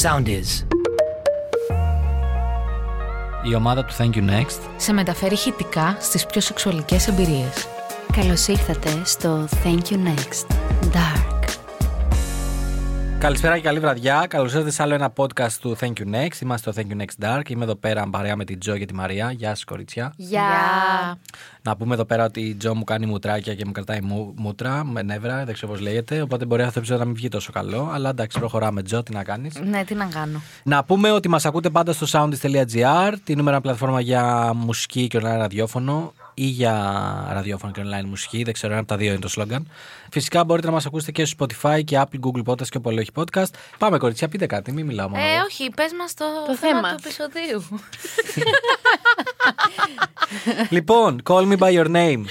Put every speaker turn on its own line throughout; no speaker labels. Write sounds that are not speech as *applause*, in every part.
sound is.
Η ομάδα του Thank You Next
σε μεταφέρει ηχητικά στις πιο σεξουαλικές εμπειρίες.
Καλώς ήρθατε στο Thank You Next. Dark.
Καλησπέρα και καλή βραδιά. Καλώς ήρθατε σε άλλο ένα podcast του Thank You Next. Είμαστε στο Thank You Next Dark. Είμαι εδώ πέρα παρέα με την Τζο και τη Μαρία. Γεια σας, κορίτσια.
Γεια.
Να πούμε εδώ πέρα ότι η Τζο μου κάνει μουτράκια και μου κρατάει μου, μούτρα με νεύρα, δεν ξέρω πώς λέγεται. Οπότε μπορεί αυτό το επεισόδιο να μην βγει τόσο καλό. Αλλά εντάξει, προχωράμε, Τζο, τι να κάνεις.
Ναι, τι να κάνω.
Να πούμε ότι μας ακούτε πάντα στο soundist.gr, την νούμερα πλατφόρμα για μουσική και online ραδιόφωνο ή για ραδιόφωνο και online μουσική. Δεν ξέρω, ένα από τα δύο είναι το σλόγγαν. Φυσικά μπορείτε να μας ακούσετε και στο Spotify και Apple, Google Podcast και πολλοί όχι podcast. Πάμε, κορίτσια, πείτε κάτι, μην μιλάω μόνο.
Ε,
εγώ.
όχι, πες μας το,
Το
θέμα,
θέμα.
του επεισοδίου.
*laughs*
λοιπόν, Call Me By Your
Mm.
Name.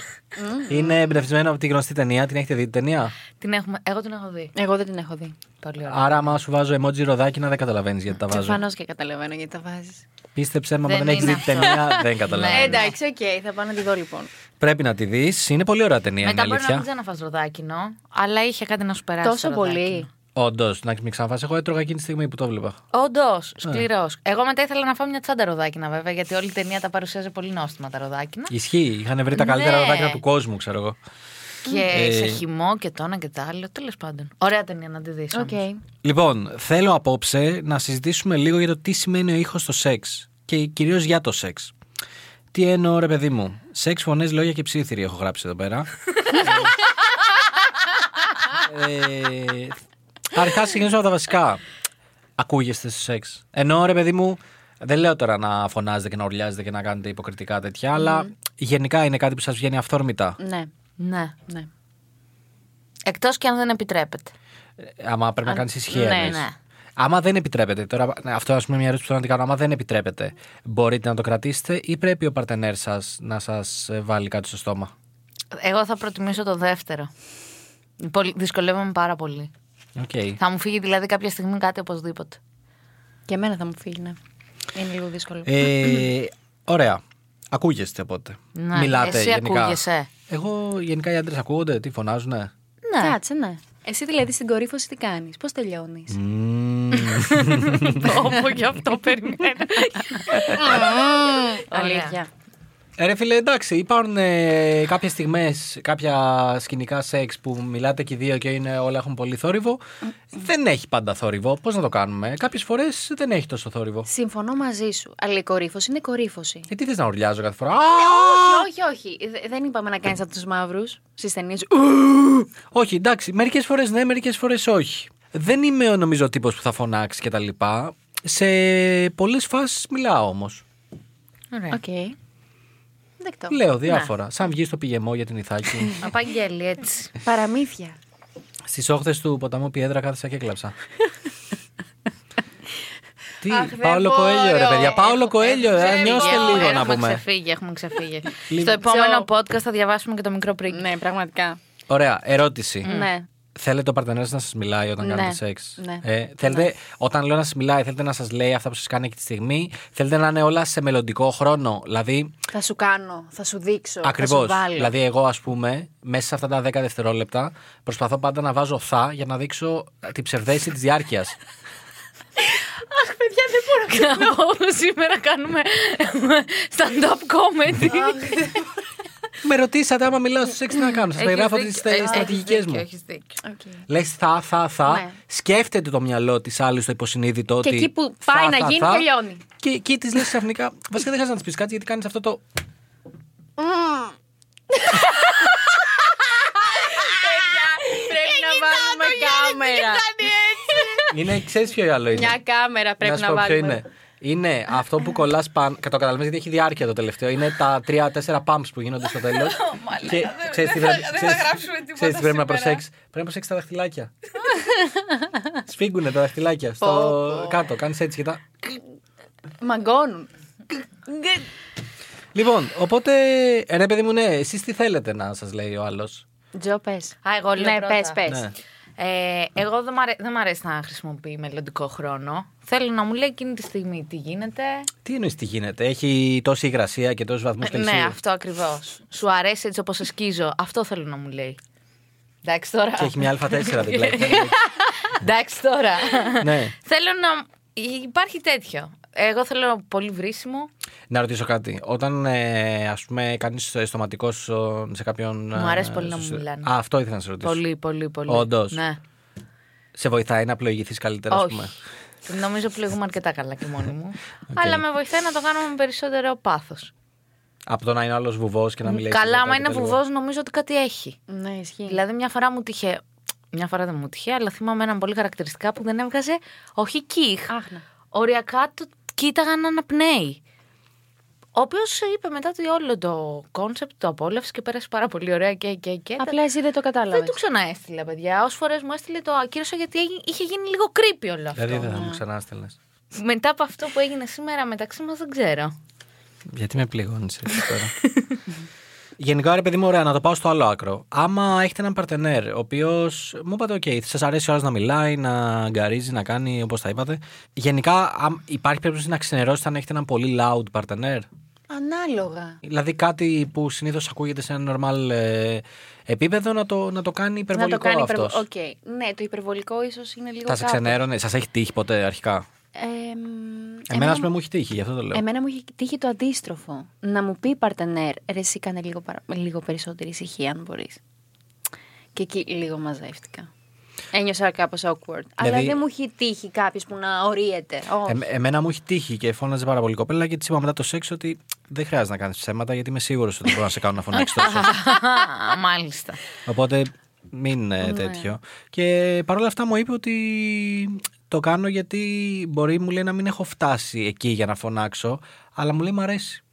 είναι εμπνευσμένο από τη γνωστή ταινία. Την έχετε δει την ταινία.
την έχουμε, εγώ την έχω δει.
Εγώ δεν την έχω δει.
Πολύ ωραία.
Άρα, άμα σου βάζω emoji ροδάκι, να δεν καταλαβαίνεις γιατί τα βάζω.
Προφανώς και καταλαβαίνω γιατί τα βάζεις.
Πίστεψε, άμα
Δεν
δεν, έχεις
είναι Ε.
δει την ταινία, δεν καταλαβαίνεις.
Εντάξει, οκ, θα πάω να τη δω λοιπόν.
Πρέπει να τη δεις. Είναι πολύ ωραία ταινία,
Μετά
είναι
μπορεί να μην
αλήθεια.
ξαναφας ροδάκινο, αλλά είχε κάτι να σου περάσει.
Τόσο
το ροδάκινο.
πολύ.
Όντως, να μην ξαναφάσει. Εγώ έτρωγα εκείνη τη στιγμή που το βλέπα.
Όντως,
Ε.
σκληρός. Εγώ μετά ήθελα να φάω μια τσάντα ροδάκινα, βέβαια, γιατί όλη η ταινία τα παρουσίαζε πολύ νόστιμα τα ροδάκινα.
Ισχύει. Είχαν βρει τα καλύτερα
Ναι.
ροδάκια του κόσμου, ξέρω εγώ.
Και
Ε.
σε χυμό και το ένα και το άλλο. Τέλος πάντων. Ωραία ταινία να τη δεις.
Οκ.
Λοιπόν, θέλω απόψε να συζητήσουμε λίγο για το τι σημαίνει ο ήχος στο σεξ και κυρίως για το σεξ. Τι εννοώ, ρε παιδί μου. Σεξ, φωνές, λόγια και ψήθυροι έχω γράψει εδώ πέρα. ε, αρχικά ξεκινήσω από τα βασικά. Ακούγεστε στο σεξ. Εννοώ, ρε παιδί μου, δεν λέω τώρα να φωνάζετε και να ουρλιάζετε και να κάνετε υποκριτικά τέτοια, αλλά γενικά είναι κάτι που σας βγαίνει αυθόρμητα.
Ναι,
Ναι.
ναι.
Εκτός και αν δεν επιτρέπεται.
Ε, Άμα πρέπει να κάνει ισχύα.
ναι,
εννοείς.
ναι.
Άμα δεν επιτρέπεται, τώρα ναι, αυτό ας πούμε μια ερώτηση που θέλω να την κάνω. Άμα δεν επιτρέπεται, μπορείτε να το κρατήσετε ή πρέπει ο παρτενέρ σας να σας βάλει κάτι στο στόμα.
Εγώ θα προτιμήσω το δεύτερο. Πολύ, δυσκολεύομαι πάρα πολύ.
Οκ.
Θα μου φύγει δηλαδή κάποια στιγμή κάτι οπωσδήποτε.
Και εμένα θα μου φύγει, ναι. Είναι λίγο δύσκολο.
Ε, ωραία. Ακούγεστε οπότε.
Ναι,
Μιλάτε
εσύ
γενικά.
ακούγεσαι.
Εγώ γενικά οι άντρες ακούγονται, τι φωνάζουνε.
Ναι.
Κάτσε, ναι. Εσύ δηλαδή στην κορύφωση τι κάνεις, πώς τελειώνεις.
Μμμ.
*laughs* Όπω γι' αυτό περιμένω.
Αλήθεια.
Ε, Ρε φίλε, εντάξει, υπάρχουν ε, κάποιες στιγμές, κάποια σκηνικά σεξ που μιλάτε και οι δύο και είναι, όλα έχουν πολύ θόρυβο. Δεν έχει πάντα θόρυβο. Πώς να το κάνουμε. Κάποιες φορές δεν έχει τόσο θόρυβο.
Συμφωνώ μαζί σου. Αλλά η κορύφωση είναι κορύφωση.
Ε, τι θες να ουρλιάζω κάθε φορά. Α!
Όχι, όχι. Δε- Δεν είπαμε να κάνεις από τους μαύρους στις ταινίες.
Όχι, εντάξει, μερικές φορές ναι, μερικές φορές όχι. Δεν είμαι ο νομίζω τύπος που θα φωνάξει και τα λοιπά. Σε πολλές φάσεις μιλάω όμως.
Ωραία.
Οκ. Δεκτό.
Λέω διάφορα. Σαν βγεις στο πηγεμό για την Ιθάκη.
Απαγγέλει έτσι.
Παραμύθια.
Στις όχθες του ποταμού Πιέδρα κάθισα και έκλαψα. Τι,
δεν
Πάολο
μπορώ.
Κοέλιο, ρε παιδιά. Πάολο
Έχω-
Κοέλιο,
έχω-
ε,
ξέρω
νιώστε
εγώ.
λίγο να
Έχουμε
πούμε.
ξεφύγει, έχουμε ξεφύγει.
Λίγο.
Στο επόμενο
Τζο.
podcast θα διαβάσουμε και το μικρό πρίκι.
Ναι, πραγματικά.
Ωραία, ερώτηση.
Ναι.
Θέλετε ο παρτενέρ να σας μιλάει όταν
Ναι.
κάνετε σεξ.
Ναι.
Ε, θέλετε, Όταν λέω να σας μιλάει, θέλετε να σας λέει αυτά που σας κάνει εκεί τη στιγμή. Θέλετε να είναι όλα σε μελλοντικό χρόνο. Δηλαδή,
Θα σου κάνω, θα σου δείξω.
ακριβώ.
Θα σου βάλω.
Δηλαδή, εγώ, ας πούμε, μέσα σε αυτά τα 10 δευτερόλεπτα, προσπαθώ πάντα να βάζω θα για να δείξω την ψευδέση της διάρκειας.
Αχ, παιδιά, δεν μπορώ να *laughs* Σήμερα κάνουμε stand-up comedy.
Ναι. Με ρωτήσατε, άμα μιλάω στο σεξ, τι να κάνω. Σας περιγράφω τις στρατηγικέ μου. Λες θα, θα, θα.
Ναι.
Σκέφτεται το μυαλό της άλλης στο υποσυνείδητο.
Και
ότι
εκεί που πάει να γίνει, τελειώνει.
Και εκεί της λες ξαφνικά. Βασικά δεν χρειάζεται να της πεις κάτι γιατί κάνεις αυτό
*laughs*
το.
Ε,
Πρέπει να βάλουμε κάμερα.
Είναι, ξέρεις ποιο άλλο είναι.
Μια κάμερα πρέπει
σου
να
πω ποιο
βάλουμε.
είναι. Είναι αυτό που κολλάς πάνω. Το καταλαβαίνεις γιατί έχει διάρκεια το τελευταίο. Είναι τα 3-4 pumps που γίνονται στο τέλος.
*laughs*
και ξέρει τι πρέπει ξέρεις- ξέρεις τι πρέπει να προσέξεις. Πρέπει να προσέξεις τα
*laughs*
δαχτυλάκια. Σφίγγουνε τα δαχτυλάκια. Στο κάτω. Κάνεις έτσι και τα.
Μαγκώνουν.
Λοιπόν, οπότε. ε, Ρε, παιδί μου, ναι, εσείς τι θέλετε να σας λέει ο άλλος.
Τζο, πες.
Α, εγώ λέω
Ναι,
πρώτα.
πες, πες.
Ναι.
Ε, εγώ δεν μ' αρέ- δεν μ' αρέσει να χρησιμοποιεί μελλοντικό χρόνο. Θέλω να μου λέει εκείνη τη στιγμή τι γίνεται.
Τι εννοείς τι γίνεται, έχει τόση υγρασία και τόσους βαθμούς Κελσίου.
Ναι, αυτό ακριβώς. Σου αρέσει έτσι όπως σκίζω. Αυτό θέλω να μου λέει. Εντάξει τώρα.
Και έχει μια Α4 δίπλα.
*laughs* Εντάξει τώρα.
ναι.
Θέλω να Υπάρχει τέτοιο. Εγώ θέλω πολύ βρίσιμο.
Να ρωτήσω κάτι. Όταν ε, ας πούμε κάνεις στοματικό σου σε κάποιον... ε,
Μου αρέσει πολύ να μου μιλάνε.
Α, αυτό ήθελα να σε ρωτήσω.
Πολύ, πολύ, πολύ.
Όντως.
Ναι.
Σε βοηθάει να πλοηγηθείς καλύτερα, ας πούμε.
Νομίζω πληγούμε αρκετά καλά και μόνοι
*laughs*
μου. Αλλά με βοηθάει να το κάνω με περισσότερο πάθος.
Από το να είναι άλλος βουβός και να μιλάει.
Καλά, άμα είναι βουβό, νομίζω ότι κάτι έχει.
Ναι, ισχύει.
Δηλαδή, μια φορά μου τυχε. Μια φορά δεν μου τυχε, αλλά θυμάμαι έναν πολύ χαρακτηριστικά που δεν έβγαζε. Όχι κύχ.
Άχ, ναι.
Οριακά το κοίταγα να αναπνέει. Ο οποίος είπε μετά ότι όλο το κόνσεπτ το απόλαυσε και πέρασε πάρα πολύ ωραία και. και, και.
Απλά εσύ δεν το
Δεν
κατάλαβε.
του ξαναέστειλα, παιδιά. Όσες φορές μου έστειλε το ακύρωσα γιατί έγι- είχε γίνει λίγο κρύπη όλο αυτό.
Δηλαδή δεν θα μου ξανά στέλνες.
Μετά από αυτό που έγινε σήμερα μεταξύ μας, δεν ξέρω.
Γιατί με πληγώνεις έτσι τώρα. *laughs* Γενικά, ρε παιδί μου, ωραία, να το πάω στο άλλο άκρο. Άμα έχετε έναν παρτενέρ, ο οποίος μου είπατε, OK, σας αρέσει ο άλλος να μιλάει, να αγκαρίζει, να κάνει όπως τα είπατε. Γενικά, αμ- υπάρχει περίπτωση να ξενερώσετε αν έχετε έναν πολύ loud παρτενέρ.
Ανάλογα.
Δηλαδή κάτι που συνήθως ακούγεται σε ένα normal ε, επίπεδο να το, να το κάνει
Να
υπερβολικό
το κάνει
αυτό.
υπερβολικό. Ναι, το υπερβολικό ίσως είναι λίγο.
Θα σε
κάπου.
ξενέρωνε, σας έχει τύχει ποτέ αρχικά.
Εμ,
Εμένα, ας πούμε, μου έχει τύχει, γι' αυτό το λέω.
Εμένα μου είχε τύχει το αντίστροφο. Να μου πει παρτενέρ, ρε εσύ κάνε λίγο, παρα... λίγο περισσότερη ησυχία αν μπορείς. Και εκεί λίγο μαζεύτηκα. Ένιωσα κάπως awkward. Αλλά
Δηλαδή-
δεν μου έχει τύχει κάποιος που να ορίεται. Όχι.
Ε, εμένα μου έχει τύχει και φώναζε πάρα πολύ η κοπέλα και της είπα μετά το σεξ ότι δεν χρειάζεται να κάνεις ψέματα γιατί είμαι σίγουρος ότι μπορώ να σε κάνω να φωνάξεις
*laughs*
τόσο.
Α, Μάλιστα.
Οπότε μην
Ναι.
ε, τέτοιο. Και παρόλα αυτά μου είπε ότι το κάνω γιατί μπορεί μου λέει να μην έχω φτάσει εκεί για να φωνάξω, αλλά μου λέει μ' αρέσει.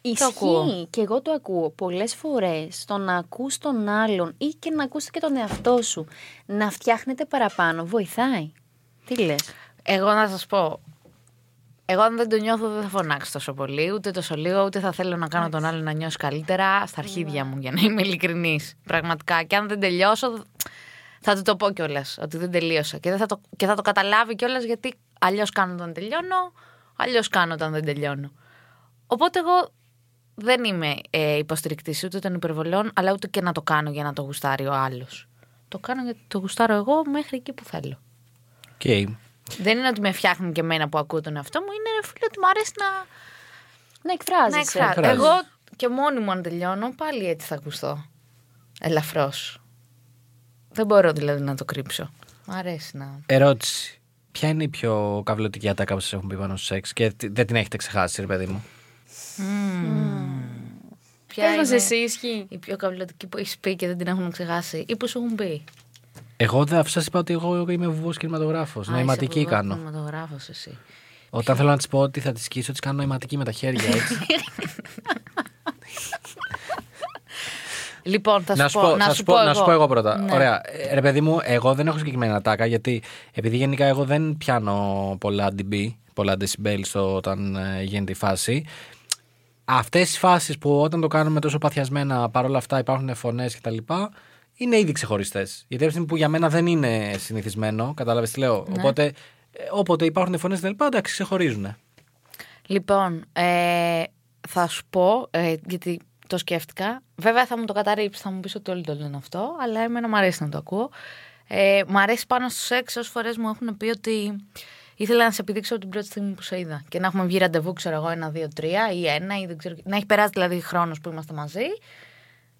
Ισχύει.
ακούω.
Και εγώ το ακούω πολλές φορές το να ακούς τον άλλον ή και να ακούσεις και τον εαυτό σου να φτιάχνεται παραπάνω. Βοηθάει. Τι λες.
Εγώ να σας πω. Εγώ αν δεν το νιώθω δεν θα φωνάξω τόσο πολύ, ούτε τόσο λίγο, ούτε θα θέλω να κάνω τον άλλο να νιώσει καλύτερα στα αρχίδια μου, για να είμαι ειλικρινής. Πραγματικά. Και αν δεν τελειώσω, θα του το πω κιόλας ότι δεν τελείωσα. Και, δεν θα, το, και θα το καταλάβει κιόλας γιατί αλλιώς κάνω όταν τελειώνω, αλλιώς κάνω όταν δεν τελειώνω. Οπότε εγώ δεν είμαι ε, υποστηρικτής ούτε των υπερβολών, αλλά ούτε και να το κάνω για να το γουστάρει ο άλλος. Το κάνω γιατί το γουστάρω εγώ μέχρι εκεί που θέλω.
Okay.
Δεν είναι ότι με φτιάχνουν και εμένα που ακούω τον εαυτό μου, είναι ρε φίλε ότι μου αρέσει να,
Να
να
εκφράζεσαι.
εκφράζω.
εκφράζεις.
Εγώ και μόνη μου αν τελειώνω, πάλι έτσι θα ακουστώ. Ελαφρώς. Δεν μπορώ δηλαδή να το κρύψω. Μ' αρέσει να.
Ερώτηση. Ποια είναι η πιο καυλωτική ατάκα που σας έχουν πει πάνω στο σεξ και τι- δεν την έχετε ξεχάσει, ρε παιδί μου.
Ποια
Πες μας
είναι
εσύ, ισχύει.
η πιο καυλωτική που έχεις πει και δεν την έχουν ξεχάσει ή που σου έχουν πει.
Εγώ δεν σας είπα ότι εγώ είμαι βουβός κινηματογράφος.
Α,
Νοηματική
είσαι ναι.
κάνω.
κινηματογράφος εσύ.
Όταν θέλω να της πω ότι θα της σκίσω, της κάνω νοηματική με τα χέρια έτσι.
Λοιπόν, θα
να σου πω,
να
να σου πω, να σου πω εγώ πρώτα.
Ναι.
Ωραία. Ε, Ρε παιδί μου, εγώ δεν έχω συγκεκριμένα τάκα γιατί επειδή γενικά εγώ δεν πιάνω πολλά dB, πολλά decibel στο, όταν ε, γίνεται η φάση. Αυτές οι φάσεις που όταν το κάνουμε τόσο παθιασμένα παρόλα αυτά υπάρχουν φωνές κτλ. Είναι ήδη ξεχωριστές. Γιατί αυτή που για μένα δεν είναι συνηθισμένο, κατάλαβες τι λέω. Οπότε, ε, όποτε υπάρχουν φωνές κτλ., εντάξει, ξεχωρίζουν.
Λοιπόν, ε, θα σου πω, ε, γιατί το σκέφτηκα. Βέβαια θα μου το καταρρύψει, θα μου πεις ότι όλοι το λένε αυτό, αλλά εμένα μου αρέσει να το ακούω. Ε, μ' αρέσει πάνω στο σεξ όσες φορές μου έχουν πει ότι ήθελα να σε επιδείξω από την πρώτη στιγμή που σε είδα. Και να έχουμε βγει ραντεβού, ξέρω εγώ, ένα, δύο, τρία ή ένα, ή δεν ξέρω. Να έχει περάσει δηλαδή χρόνος που είμαστε μαζί,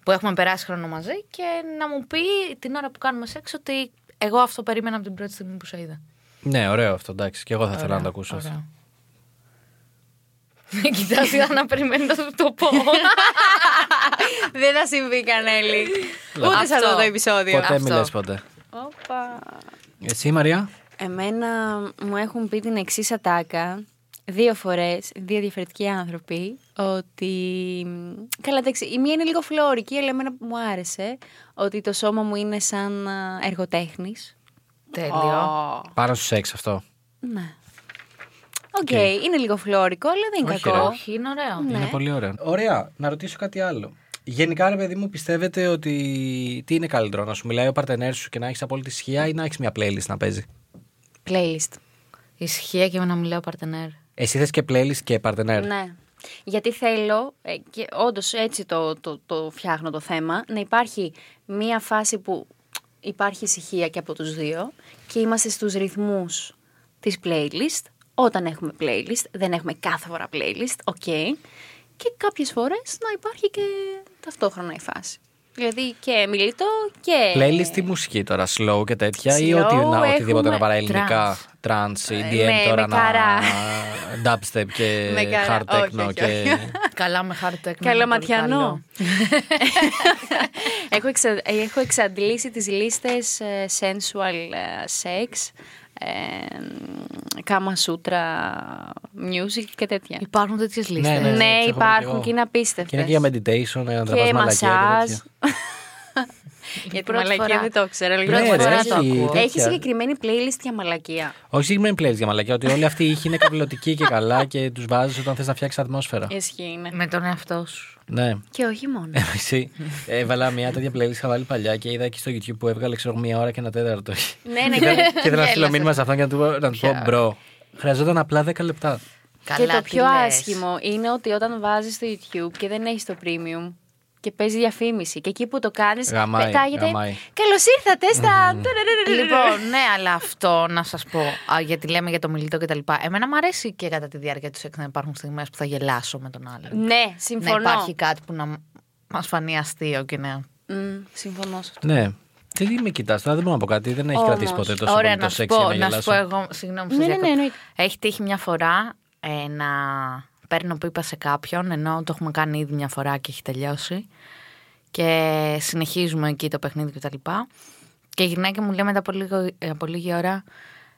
που έχουμε περάσει χρόνο μαζί, και να μου πει την ώρα που κάνουμε σεξ ότι εγώ αυτό περίμενα από την πρώτη στιγμή που σε είδα. *laughs*
Ναι, ωραίο αυτό, εντάξει. Και εγώ θα ήθελα να το ακούσω. αυτό.
Ωραία. Με κοιτάς για να περιμένεις να σου το πω.
Δεν θα συμβεί κανέλη. Ούτε σε
Αυτό.
αυτό το επεισόδιο.
Ποτέ
Αυτό.
μιλέ ποτέ.
Όπα.
Εσύ, Μαρία.
Εμένα μου έχουν πει την εξής ατάκα δύο φορές, δύο διαφορετικοί άνθρωποι, ότι. μ, Καλά, εντάξει, η μία είναι λίγο φλόρικη, αλλά εμένα μου άρεσε ότι το σώμα μου είναι σαν α, εργοτέχνης.
Τέλειο.
Πάνω στο σεξ αυτό.
Ναι. Οκ, είναι λίγο φλόρικο, αλλά δεν είναι
Όχι,
κακό.
Όχι, είναι ωραίο.
Ναι.
Είναι πολύ ωραίο. Ωραία, να ρωτήσω κάτι άλλο. Γενικά, ρε παιδί μου, πιστεύετε ότι τι είναι καλύτερο, να σου μιλάει ο παρτενέρ σου και να έχεις απόλυτη ισχύα ή να έχεις μια playlist να παίζει.
Playlist.
Ισχύα και με να μιλάω παρτενέρ.
Εσύ θες και playlist και παρτενέρ.
Ναι. Γιατί θέλω, ε, και όντως έτσι το, το, το φτιάχνω το θέμα, να υπάρχει μία φάση που υπάρχει ησυχία και από τους δύο και είμαστε στους ρυθμούς τις playlist. Όταν έχουμε playlist, δεν έχουμε κάθε φορά playlist, οκ. Και κάποιες φορές να υπάρχει και ταυτόχρονα η φάση. Δηλαδή και μιλήτο και...
Playlist τι μουσική τώρα, slow και τέτοια ή
Slow,
ό,τι, να, οτιδήποτε
έχουμε Ε,
να παρά ελληνικά. Trans, EDM
με-
τώρα
με
να.
καρά.
dubstep και
Με καρά.
hard
Όχι,
techno
όχι,
και.
όχι.
Καλά με χάρτη τέχνη.
Καλαματιανό. *laughs* έχω, εξα- έχω εξαντλήσει τις λίστες ε, sensual ε, sex, ε, κάμα σούτρα, music και τέτοια.
Υπάρχουν τέτοιες λίστες.
ναι, τις
Ναι,
έχω βρει
υπάρχουν
κι εγώ.
και είναι απίστευτες.
Και είναι και για meditation, να τραβάς
και
μαλακιά και
μασάζ.
τέτοια.
*laughs*
Ναι,
Γιατί
Πρώτη
μαλακία
φορά.
δεν το ήξερα. αλλά
Πρώτη
λοιπόν,
φορά
μαλακία.
το ακούω.
Έχει
τέτοια.
συγκεκριμένη playlist για μαλακία.
Όχι συγκεκριμένη playlist για μαλακιά, ότι όλοι αυτοί οι ήχοι είναι καπηλωτικοί και καλά και τους βάζεις όταν θες να φτιάξεις ατμόσφαιρα.
Ε.
Ισχύει, ναι.
Με τον εαυτό σου.
ναι.
Και όχι μόνο.
Εσύ, έβαλα μια τέτοια playlist είχα βάλει παλιά και είδα εκεί στο YouTube που έβγαλε ξέρω μία ώρα και ένα τέταρτο.
ναι, ναι,
Και
και,
ήθελα να στείλω μήνυμα σε αυτόν και να του πω- να του πω μπρο. Χρειαζόταν απλά 10 λεπτά.
και
Καλά,
το
τι
πιο
λες.
άσχημο είναι ότι όταν βάζεις στο YouTube και δεν έχεις το premium και παίζει διαφήμιση. Και εκεί που το κάνεις,
Γαμάει,
πετάγεται.
γαμάει.
Καλώς ήρθατε στα. *laughs*
Λοιπόν, ναι, αλλά αυτό να σα πω, α, γιατί λέμε για το μιλητό κτλ. Εμένα μου αρέσει και κατά τη διάρκεια του σεξ να υπάρχουν στιγμέ που θα γελάσω με τον άλλον.
ναι,
Να
συμφωνώ.
υπάρχει κάτι που να μα φανεί αστείο και να.
Μμ, συμφωνώ σε αυτό.
Ναι. Τι με κοιτά τώρα, δεν μπορώ να πω κάτι. Δεν έχει
Όμως,
κρατήσει ποτέ τόσο
Ωραία,
πολύ το
να σου
σεξ για
πω,
να
να σου
γελάσω.
πω εγώ. Συγγνώμη, που σε
Ναι, ναι, ναι,
διακόπτω.
εννοείται.
Έχει τύχει μια φορά ε, να παίρνω πίπα σε κάποιον, ενώ το έχουμε κάνει ήδη μια φορά και έχει τελειώσει. Και συνεχίζουμε εκεί το παιχνίδι κτλ. Και, τα λοιπά. και η γυναίκα μου λέει μετά από, λίγο, ε, από λίγη ώρα,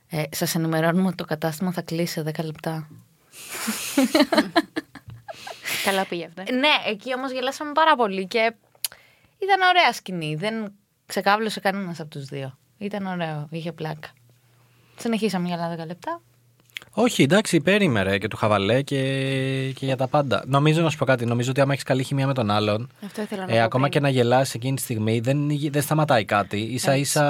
ε, σας ενημερώνουμε ότι το κατάστημα θα κλείσει σε 10 λεπτά.
Καλά πήγε αυτό.
Ε, Ναι, εκεί όμως γελάσαμε πάρα πολύ και ήταν ωραία σκηνή. Δεν ξεκάβλωσε κανένας από τους δύο. Ήταν ωραίο, είχε πλάκα. Συνεχίσαμε για άλλα 10 λεπτά.
Όχι, εντάξει, περίμερε και του χαβαλέ και, και για τα πάντα. Νομίζω να σου πω κάτι. Νομίζω ότι άμα έχεις καλή χημία με τον άλλον,
Αυτό ήθελα να
ε,
πω
ακόμα και
πριν.
να γελάσει εκείνη τη στιγμή, δεν, δεν σταματάει κάτι. σα ίσα.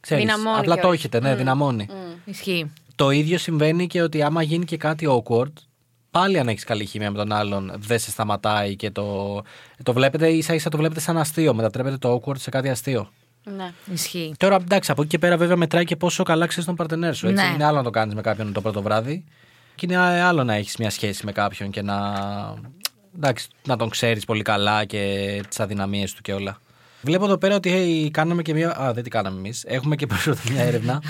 Ξέρεις,
Δυναμώνει Mm.
απλά το
κιόλας.
έχετε, ναι, δυναμώνει.
Ισχύει.
Το ίδιο συμβαίνει και ότι άμα γίνει και κάτι awkward, πάλι αν έχεις καλή χημία με τον άλλον, δεν σε σταματάει και το. Το βλέπετε ίσα ίσα το βλέπετε σαν αστείο. Μετατρέπεται το awkward σε κάτι αστείο.
Ναι.
Ισχύει.
Τώρα εντάξει, από εκεί και πέρα βέβαια μετράει και πόσο καλά ξέρεις τον παρτενέρ σου. Έτσι.
Ναι.
Είναι άλλο να το κάνεις με κάποιον το πρώτο βράδυ. Και είναι άλλο να έχεις μια σχέση με κάποιον και να. Εντάξει, να τον ξέρεις πολύ καλά και τις αδυναμίες του και όλα. Βλέπω εδώ πέρα ότι hey, κάναμε και μια. Α, δεν την κάναμε εμείς. Έχουμε και πρόσφατα μια έρευνα.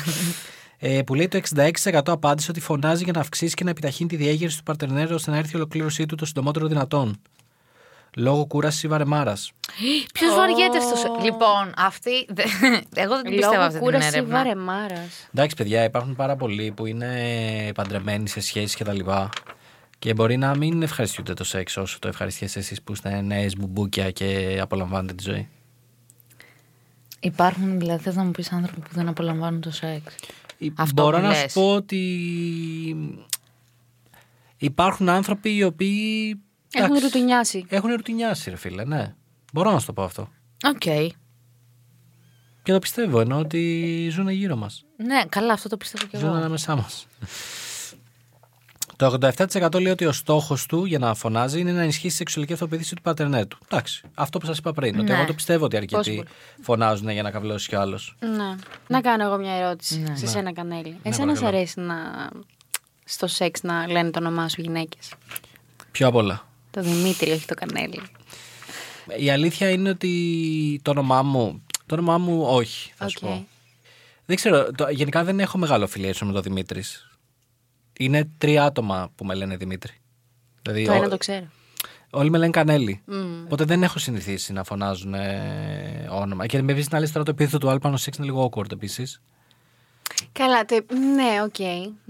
ε, που λέει το 66% απάντησε ότι φωνάζει για να αυξήσει και να επιταχύνει τη διέγερση του παρτενέρ ώστε να έρθει η ολοκλήρωσή του το συντομότερο δυνατόν. Λόγω κούρασης ή βαρεμάρα.
Ποιος βαριέται στο. σε- Λοιπόν, αυτή. δε- *laughs* Εγώ δεν την πιστεύω
Λόγω
αυτή την
κούρασης
έρευνα.
βαρεμάρα.
Εντάξει, παιδιά, υπάρχουν πάρα πολλοί που είναι παντρεμένοι σε σχέσεις και τα λοιπά. Και μπορεί να μην ευχαριστούνται το σεξ όσο το ευχαριστιέσαι εσείς που είστε νέες μπουμπούκια και απολαμβάνετε τη ζωή.
Υπάρχουν δηλαδή, θες να μου πεις άνθρωποι που δεν απολαμβάνουν το σεξ. Αυτό
Μπορώ
που
να
λες.
σου πω ότι υπάρχουν άνθρωποι οι οποίοι.
Έχουν
εντάξει,
ρουτουνιάσει.
Έχουν ρουτινιάσει, ρε φίλε, ναι. Μπορώ να σου το πω αυτό.
Οκ.
Και το πιστεύω, ενώ ότι ζουν γύρω μας.
Ναι, καλά, αυτό το πιστεύω κι
Ζουν
εγώ.
ανάμεσά μας. Το 87% λέει ότι ο στόχος του για να φωνάζει είναι να ενισχύσει τη σεξουαλική αυτοποίθηση του πατερνέ του. Εντάξει, αυτό που σας είπα πριν. Ότι
Ναι.
εγώ το πιστεύω ότι αρκετοί φωνάζουν για να καβλώσει κι ο άλλος.
Ναι. Να κάνω εγώ μια ερώτηση
Ναι.
σε σένα, Κανέλη. Εσένα σ'
Ναι. παρακαλώ.
αρέσει να στο σεξ να λένε το όνομά σου γυναίκες.
Πιο απ' όλα.
Το Δημήτρη, όχι το Κανέλη.
Η αλήθεια είναι ότι το όνομά μου. Το όνομά μου όχι, θα σου
Οκ.
πω. Δεν ξέρω, το- γενικά δεν έχω μεγάλο affiliation με τον Δημήτρης. Είναι τρία άτομα που με λένε Δημήτρη. Δηλαδή,
Το
ο-
ένα το ξέρω.
Όλοι με λένε Κανέλη. Οπότε δεν έχω συνηθίσει να φωνάζουν ε, όνομα. Και με βρίσκει να λε τώρα το επίθετο του Άλπανο Σίξ είναι λίγο awkward επίσης.
Καλά, το... ναι, οκ.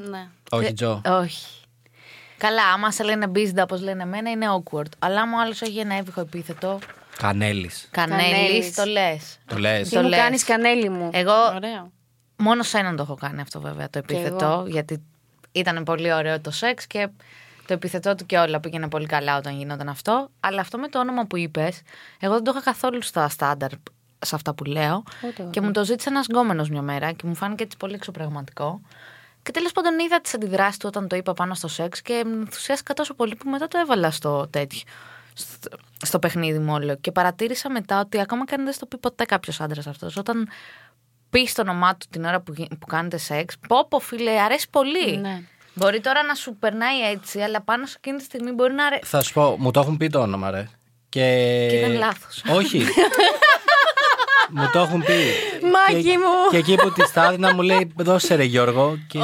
Ναι.
Όχι, Τζο.
ε, Όχι. Καλά, άμα σε λένε μπίζντα όπως λένε εμένα είναι awkward. Αλλά άμα ο άλλος έχει ένα εύγχο επίθετο,
Κανέλης.
κανέλης,
Κανέλης.
το λες.
Το λες.
Τι
Το
μου
λες.
κάνεις, Κανέλη μου.
Εγώ-
Ωραίο.
Μόνο σε έναν το έχω κάνει αυτό βέβαια το
εγώ.
επίθετο, γιατί ήταν πολύ ωραίο το σεξ και το επίθετό του και όλα πήγαινε πολύ καλά όταν γινόταν αυτό. Αλλά αυτό με το όνομα που είπες, εγώ δεν το είχα καθόλου στα στάνταρ σε αυτά που λέω.
Ούτε εγώ.
Και μου το ζήτησε ένας γκόμενος μια μέρα και μου φάνηκε έτσι πολύ εξωπραγματικό. Και τέλος πάντων είδα τις αντιδράσεις του όταν το είπα πάνω στο σεξ και με ενθουσιάστηκα τόσο πολύ που μετά το έβαλα στο τέτοιο. στο- Στο παιχνίδι μου όλο. Και παρατήρησα μετά ότι ακόμα και αν δεν στο πει ποτέ κάποιος άντρας αυτός, όταν πεις στο όνομά του την ώρα που, γι- που κάνετε σεξ, πω πω φίλε, αρέσει πολύ.
Ναι.
Μπορεί τώρα να σου περνάει έτσι, αλλά πάνω σε εκείνη τη στιγμή μπορεί να αρέσει.
Θα σου πω, μου το έχουν πει το όνομα, ρε. Και,
Και ήταν λάθος.
Ε,
*laughs*
Όχι. μου το έχουν πει.
Μάκη
και,
μου.
Και εκεί που τη στάδινα μου λέει, δώσε ρε Γιώργο. Και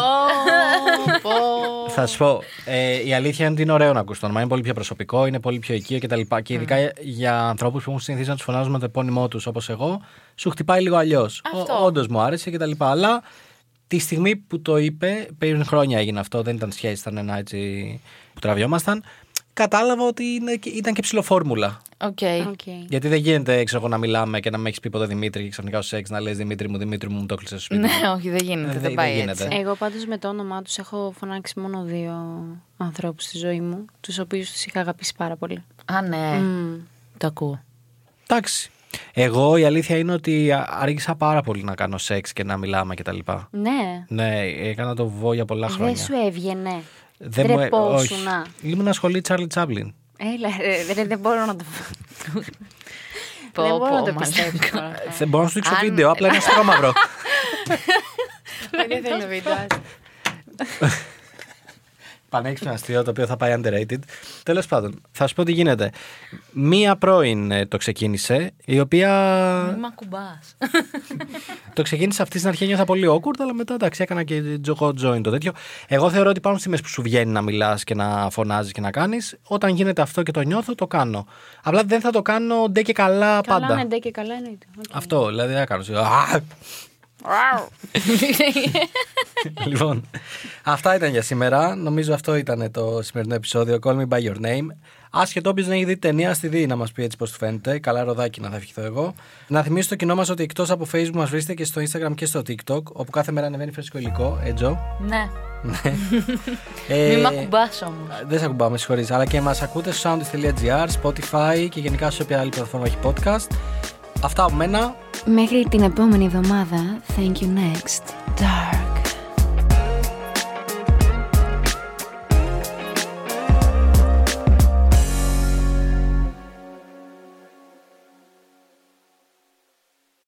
θα σου πω, ε, η αλήθεια είναι ότι είναι ωραίο να ακούς το όνομα. Είναι πολύ πιο προσωπικό, είναι πολύ πιο οικείο κτλ. Και, και ειδικά για ανθρώπους που έχουν συνηθίσει να τους φωνάζουν με το επώνυμό τους όπως εγώ, σου χτυπάει λίγο αλλιώς.
Αυτό.
Όντως μου άρεσε κτλ. Αλλά τη στιγμή που το είπε, πριν χρόνια έγινε αυτό, δεν ήταν σχέση, ήταν ένα έτσι που τραβιόμασταν. Κατάλαβα ότι είναι και- ήταν και ψηλοφόρμουλα.
Οκ.
Οκ.
Γιατί δεν γίνεται έξω εγώ να μιλάμε και να με έχεις πει ποτέ Δημήτρη και ξαφνικά στο σεξ να λες Δημήτρη μου, Δημήτρη μου, μου το κλείσε στο σπίτι.
Ναι, όχι, δεν γίνεται.
Δεν-
Δεν,
δεν
πάει
γίνεται.
έτσι.
Εγώ πάντως με το όνομά τους έχω φωνάξει μόνο δύο ανθρώπους στη ζωή μου, τους οποίους τους είχα αγαπήσει πάρα πολύ.
Α, ναι.
Μμμ.
Το ακούω.
Εντάξει. Εγώ η αλήθεια είναι ότι α- άργησα πάρα πολύ να κάνω σεξ και να μιλάμε κτλ.
Ναι,
Ναι, έκανα το βουβό για πολλά
δεν
χρόνια.
σου έβγαινε.
Δεν ε,
ε-
μου
όχι. Ήμουν σχολή Τσάρλι Τσάπλιν.
Έλα, ρε, ρε, δεν μπορώ να το
Πω,
δεν μπορώ
πω,
να το
μαλάκα.
πιστέψω. τώρα αυτό.
Δεν Ε, μπορώ να σου δείξω
Αν-
βίντεο, απλά είναι στρώμαυρο.
Δεν θέλω βίντεο. άσε.
*laughs* Πανέξυπνο αστείο το οποίο θα πάει underrated. Τέλος πάντων, θα σου πω τι γίνεται. Μία πρώην ε, το ξεκίνησε, η οποία.
Μη μ' ακουμπάς.
Το ξεκίνησα αυτή στην αρχή, νιώθα πολύ awkward, αλλά μετά εντάξει, έκανα και τζοκό join το τέτοιο. Εγώ θεωρώ ότι πάνω στι που σου βγαίνει να μιλάς και να φωνάζεις και να κάνεις, όταν γίνεται αυτό και το νιώθω, το κάνω. Απλά δεν θα το κάνω ντε και καλά,
Καλά,
πάντα.
ναι, ντε και καλά εννοείται. Οκ.
Αυτό, δηλαδή δεν θα κάνω. σιγά, «Α!» *laughs* λοιπόν, αυτά ήταν για σήμερα. Νομίζω αυτό ήταν το σημερινό επεισόδιο. Call me by your name. Άσχετο όποιος να έχει δει την ταινία, στη δει να μας πει έτσι πώς του φαίνεται. Καλά ροδάκι να θα ευχηθώ εγώ. Να θυμίσω στο κοινό μας ότι εκτός από Facebook μας βρίσκεται και στο Instagram και στο TikTok, όπου κάθε μέρα ανεβαίνει φρέσκο υλικό. Έτζο.
ναι.
Ε,
Μη μ' ακουμπάς όμως.
Δεν σε ακουμπάω, με συγχωρείς. Αλλά και μας ακούτε στο soundist.gr, Spotify και γενικά σε όποια άλλη πλατφόρμα έχει podcast. Αυτά από μένα.
Μέχρι την επόμενη εβδομάδα, thank you next. Dark.